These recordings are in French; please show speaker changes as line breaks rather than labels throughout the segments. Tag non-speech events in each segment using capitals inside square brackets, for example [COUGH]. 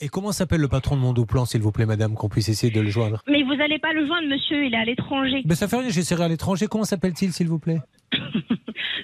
Et comment s'appelle le patron de Mondoplan, s'il vous plaît, madame, qu'on puisse essayer de le joindre
Mais vous n'allez pas le joindre, monsieur, il est à l'étranger.
ben, Ça fait rien, j'essaierai à l'étranger. Comment s'appelle-t-il, s'il vous plaît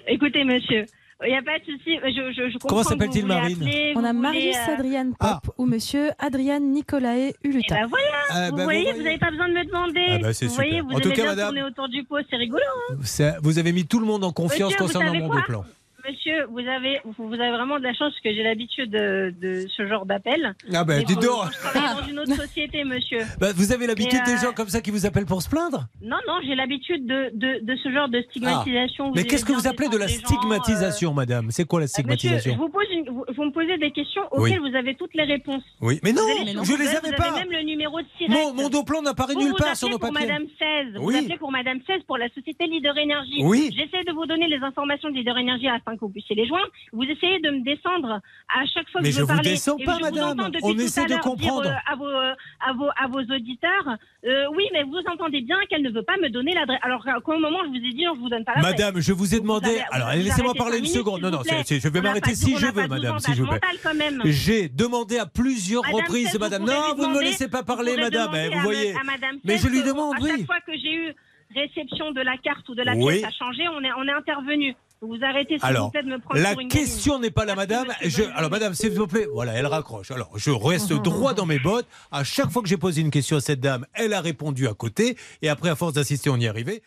Écoutez, monsieur, il n'y a pas de souci. Je, je, je comprends
Comment
que vous
s'appelle-t-il,
voulez
Marine
appeler,
On
vous
a
voulez,
Marius
euh,
Adrian
Ah.
Pop ou Monsieur Adrian Nicolae
eh
Uluta.
ben voilà,
Ah,
vous
ben,
voyez,
voyez.
vous n'avez pas besoin de me demander.
Ah, bah, c'est
vous voyez,
super.
vous
En tout
avez
cas,
bien
madame-
tourné autour du pot, c'est rigolo. hein.
Ça- Vous avez mis tout le monde en confiance
Monsieur, vous
concernant
savez quoi
Mondoplan.
Monsieur, vous avez, vous avez vraiment de la chance parce que j'ai l'habitude de, de ce genre d'appel.
Ah ben,
Mais
dites
bon,
donc
Je travaille dans
[LAUGHS]
une autre société, monsieur.
Bah, Vous avez l'habitude
Mais,
des
euh,
gens comme ça qui vous appellent pour se plaindre
Non, non, j'ai l'habitude de, de, de ce genre de stigmatisation.
Ah. Mais
aimez
qu'est-ce que
bien
vous appelez de la
défendre les gens, euh,
stigmatisation, madame C'est quoi la
euh, Monsieur,
stigmatisation
je vous, pose une- vous, vous me posez des questions auxquelles vous avez toutes les réponses.
Oui, mais non,
Vous allez sur
je
Google,
les avais
vous
pas.
Avez même le numéro de Siret.
Mon, mon Doplan n'apparaît
Vous,
nulle
vous
part
appelez
sur nos
pour
papiers.
Madame 16,
Oui.
vous appelez pour Madame 16 pour la société Leader Énergie.
Oui.
J'essaie de vous donner les informations de Leader Énergie afin que vous puissiez les joindre. Vous essayez de me descendre à chaque fois que
Mais
je
je
veux
vous
parler.
descends
Et
pas,
je vous
madame.
entends depuis
On
tout
essaie
à
de
l'heure dire,
comprendre.
euh, à, vos, euh, à, vos, à vos auditeurs, euh, oui, mais vous entendez bien qu'elle ne veut pas me donner l'adresse. Alors qu'au moment je vous ai dit, non, je vous donne pas l'adresse.
Madame, je vous ai
Ah, Vous
demandé.
avez- vous
alors,
avez
laissez-moi
arrêté
parler
cinq
une
minutes,
seconde.
s'il
Non, non,
vous plaît.
c'est- c'est- je vais
On n'a
m'arrêter
pas-
si
on
je
n'a pas
veux,
de
madame,
douze
si je
avantages
veux.
mentales, quand même.
J'ai demandé à plusieurs
Madame
reprises,
Fest, vous
madame.
pouvez
Non,
lui
vous ne me
demander-
laissez pas parler,
pourrez
madame.
demander
eh,
à
vous voyez.
me- à madame
Mais
Fest,
je lui
euh,
demande,
À
oui.
chaque fois que j'ai eu réception de la carte ou de la
Oui.
pièce à changer, on est, on est intervenu. Vous vous arrêtez, s'il
Alors,
vous plaît, de me prendre
La
pour une gamine.
question n'est pas là,
Merci,
madame.
monsieur
Je,
Bonneau.
alors, madame, s'il vous plaît, voilà, elle raccroche. Alors, je reste
Oh.
droit dans mes bottes. À chaque fois que j'ai posé une question à cette dame, elle a répondu à côté. Et après, à force d'assister, on y est arrivé.